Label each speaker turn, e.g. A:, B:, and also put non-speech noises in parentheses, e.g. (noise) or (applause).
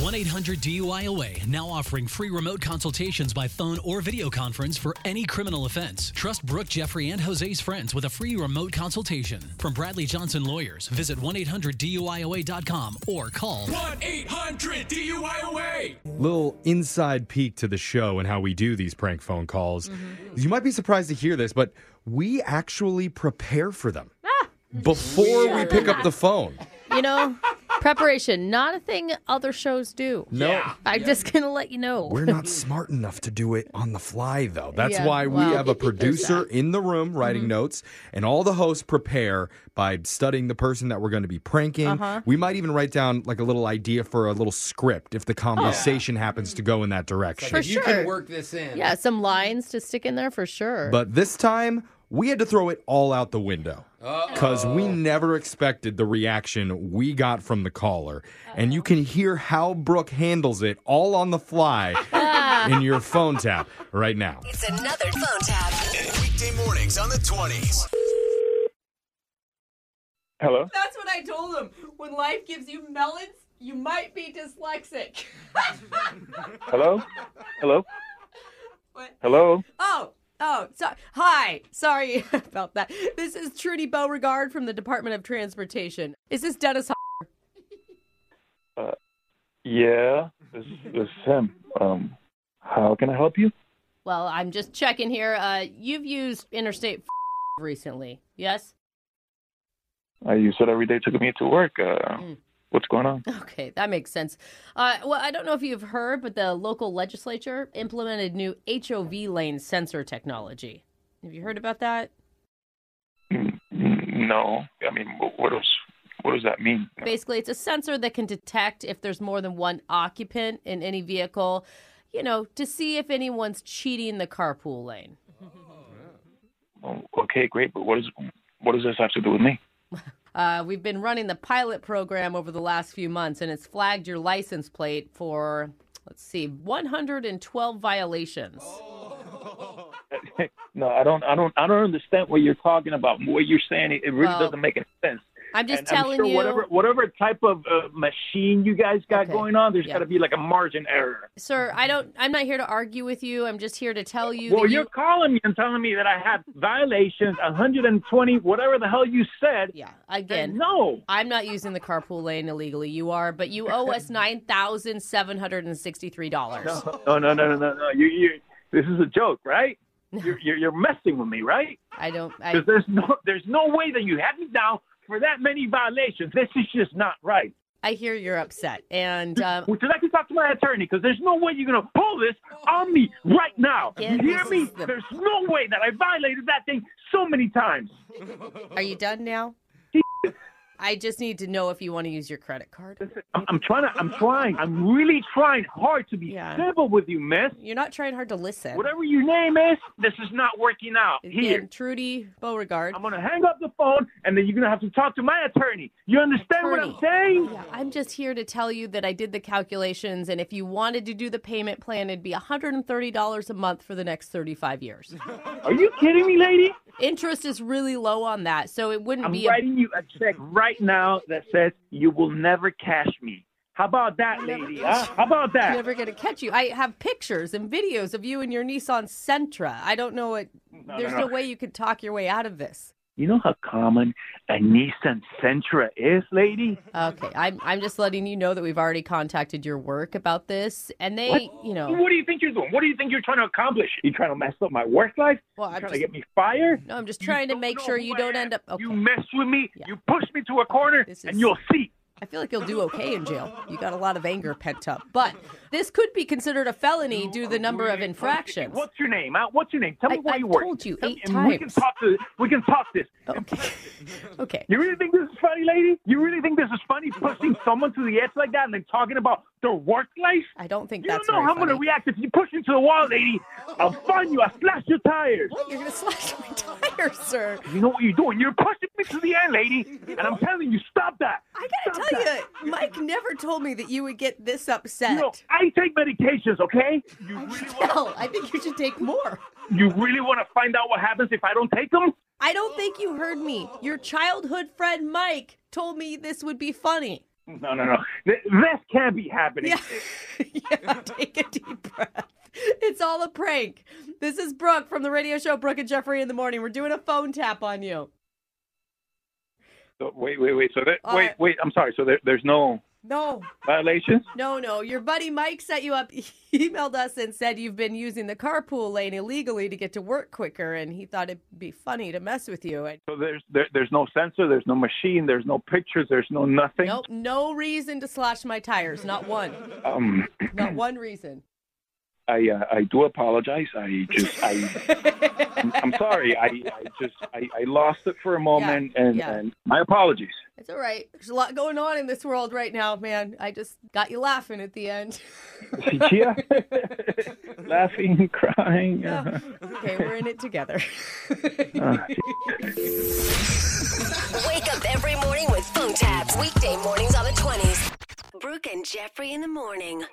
A: 1 800 DUIOA now offering free remote consultations by phone or video conference for any criminal offense. Trust Brooke, Jeffrey, and Jose's friends with a free remote consultation. From Bradley Johnson Lawyers, visit 1 800 DUIOA.com or call
B: 1 800 DUIOA.
C: Little inside peek to the show and how we do these prank phone calls.
D: Mm-hmm.
C: You might be surprised to hear this, but we actually prepare for them
D: Ah!
C: before we pick up the phone.
D: You know, preparation, not a thing other shows do.
C: No.
D: I'm just going to let you know.
C: (laughs) We're not smart enough to do it on the fly, though. That's
D: Yeah,
C: why we
D: well, (laughs) Mm-hmm.
C: have a producer in the room writing notes, and all the hosts prepare by studying the person that we're going to be pranking.
D: Uh-huh.
C: We might even write down like a little idea for a little script if the conversation happens to go in that direction.
D: Oh, For
E: if you
D: sure.
E: can work this in.
D: yeah, some lines to stick in there for sure.
C: But this time, we had to throw it all out the window because we never expected the reaction we got from the caller. And you can hear how Brooke handles it all on the fly in your phone tap right now.
F: It's another phone tap.
G: Weekday mornings on the 20s.
H: Hello.
I: That's what I told him. When life gives you melons, you might be dyslexic. (laughs)
H: Hello. Hello.
I: What?
H: Hello.
I: oh, oh, so, hi. Sorry (laughs) about that. This is Trudy Beauregard from the Department of Transportation. Is this Dennis? Ho-
H: Yeah. This, this is him. Um, how can I help you?
D: well, I'm just checking here. Uh, you've used Interstate (laughs) recently, yes?
H: Uh, you said every day took me to work. Uh,
D: Mm.
H: What's going on?
D: Okay, that makes sense. Uh, well, I don't know if you've heard, but the local legislature implemented new HOV lane sensor technology. Have you heard about that?
H: Mm, No. I mean, wh- what does what does that mean?
D: Basically, it's a sensor that can detect if there's more than one occupant in any vehicle, you know, to see if anyone's cheating the carpool lane.
H: Oh, Okay, great. But what is what does this have to do with me?
D: Uh, we've been running the pilot program over the last few months, and it's flagged your license plate for, let's see, 112 violations.
H: Oh. No, I don't. I don't. I don't understand what you're talking about. What you're saying it, it really
D: Well,
H: doesn't make any sense.
D: I'm just
H: And
D: telling
H: I'm sure
D: you.
H: whatever whatever type of uh, machine you guys got
D: Okay.
H: going on, there's
D: Yeah.
H: got to be like a margin error.
D: Sir, I don't. I'm not here to argue with you. I'm just here to tell you.
H: Well,
D: that
H: you're
D: you-
H: calling me and telling me that I have violations, 120, whatever the hell you said.
D: yeah. Again,
H: Uh, No.
D: I'm not using the carpool lane illegally. You are, but you owe
H: (laughs)
D: us nine thousand seven hundred and sixty-three dollars.
H: No, no, no, no, no, no. You, you, this is a joke, right? You're, you're, you're messing with me, right?
D: I don't. I,
H: Because there's no, there's no way that you had me down for that many violations. This is just not right.
D: I hear you're upset, and um,
H: Would you like to talk to my attorney? Because there's no way you're gonna pull this on me right now.
D: Yeah,
H: you hear
D: this
H: me?
D: is the-
H: There's no way that I violated that thing so many times.
D: are you done now? I just need to know if you want to use your credit card.
H: I'm, I'm trying to. I'm trying. I'm really trying hard to be
D: Yeah.
H: civil with you, miss.
D: You're not trying hard to listen.
H: Whatever your name is, this is not working out. Here,
D: Again, Trudy Beauregard.
H: I'm gonna hang up the phone, and then you're gonna have to talk to my attorney. You understand what
D: Attorney.
H: I'm saying?
D: Yeah, I'm just here to tell you that I did the calculations, and if you wanted to do the payment plan, it'd be $130 a month for the next 35 years.
H: Are you kidding me, lady?
D: Interest is really low on that, so it wouldn't
H: I'm
D: be.
H: writing you a check right now that says you will never cash me. How about that, lady? Huh? How about
D: a,
H: that?
D: never going to catch you. I have pictures and videos of you and your Nissan Sentra. I don't know what. there's no,
H: no.
D: way you could talk your way out of this.
H: You know how common a Nissan Sentra is, lady?
D: Okay, I'm I'm just letting you know that we've already contacted your work about this, and they, you know,
H: What do you think you're doing? What do you think you're trying to accomplish? You trying to mess up my work life?
D: Well,
H: you
D: I'm
H: trying
D: just-
H: to get me fired?
D: no, I'm just
H: You
D: trying to
H: don't
D: make
H: know
D: sure
H: who
D: you
H: I
D: don't
H: am.
D: end up. Okay,
H: You mess with me,
D: Yeah.
H: you push me to a corner,
D: This is-
H: and you'll see.
D: I feel like you'll do okay in jail. You got a lot of anger pent up, but this could be considered a felony due to the number of infractions.
H: What's your name? Huh? What's your name? Tell me
D: I-
H: why
D: I've
H: you work.
D: told you
H: Tell me-
D: eight
H: and We can
D: times.
H: talk to. We can talk this.
D: Okay, (laughs) okay.
H: You really think this is funny, lady? You really think this is funny? Pushing someone to the edge like that and then talking about their work life?
D: I don't think
H: You
D: that's
H: don't know
D: very
H: how I'm
D: funny.
H: gonna react if you push into the wall, lady. I'll find you. I'll slash your tires.
D: You're gonna slash my tires, sir.
H: You know what you're doing? You're pushing me to the end, lady. And I'm telling you, stop that.
D: I gotta
H: Stop
D: tell
H: that.
D: you, Mike never told me that you would get this
H: You know,
D: upset.
H: I take medications, okay? You really,
D: Hell, I think you should take more.
H: you really want to find out what happens if I don't take them?
D: I don't think you heard me. Your childhood friend Mike told me this would be funny.
H: No, no, no. Th- This can't be happening.
D: (laughs) yeah, take a deep breath. It's all a prank. This is Brooke from the radio show Brooke and Jeffrey in the Morning. We're doing a phone tap on you.
H: So, wait, wait, wait. So there,
D: All
H: wait,
D: right.
H: wait. I'm sorry. So there, there's no
D: No,
H: violations.
D: no, no. Your buddy Mike set you up. (laughs) He emailed us and said you've been using the carpool lane illegally to get to work quicker, and he thought it'd be funny to mess with you. And
H: So there's there, there's no sensor. There's no machine. There's no pictures. There's no nothing.
D: nope, no reason to slosh my tires. Not one.
H: Um, (clears throat)
D: Not one reason.
H: I uh, I do apologize. I just I I'm, I'm sorry. I, I just I, I lost it for a moment, and,
D: yeah.
H: and my apologies.
D: It's all right. There's a lot going on in this world right now, man. I just got you laughing at the end. (laughs)
H: yeah, laughing, crying.
D: Yeah. okay, we're in it together. (laughs)
H: Uh,
E: Wake up every morning with phone taps. Weekday mornings on the 20s. Brooke and Jeffrey in the morning.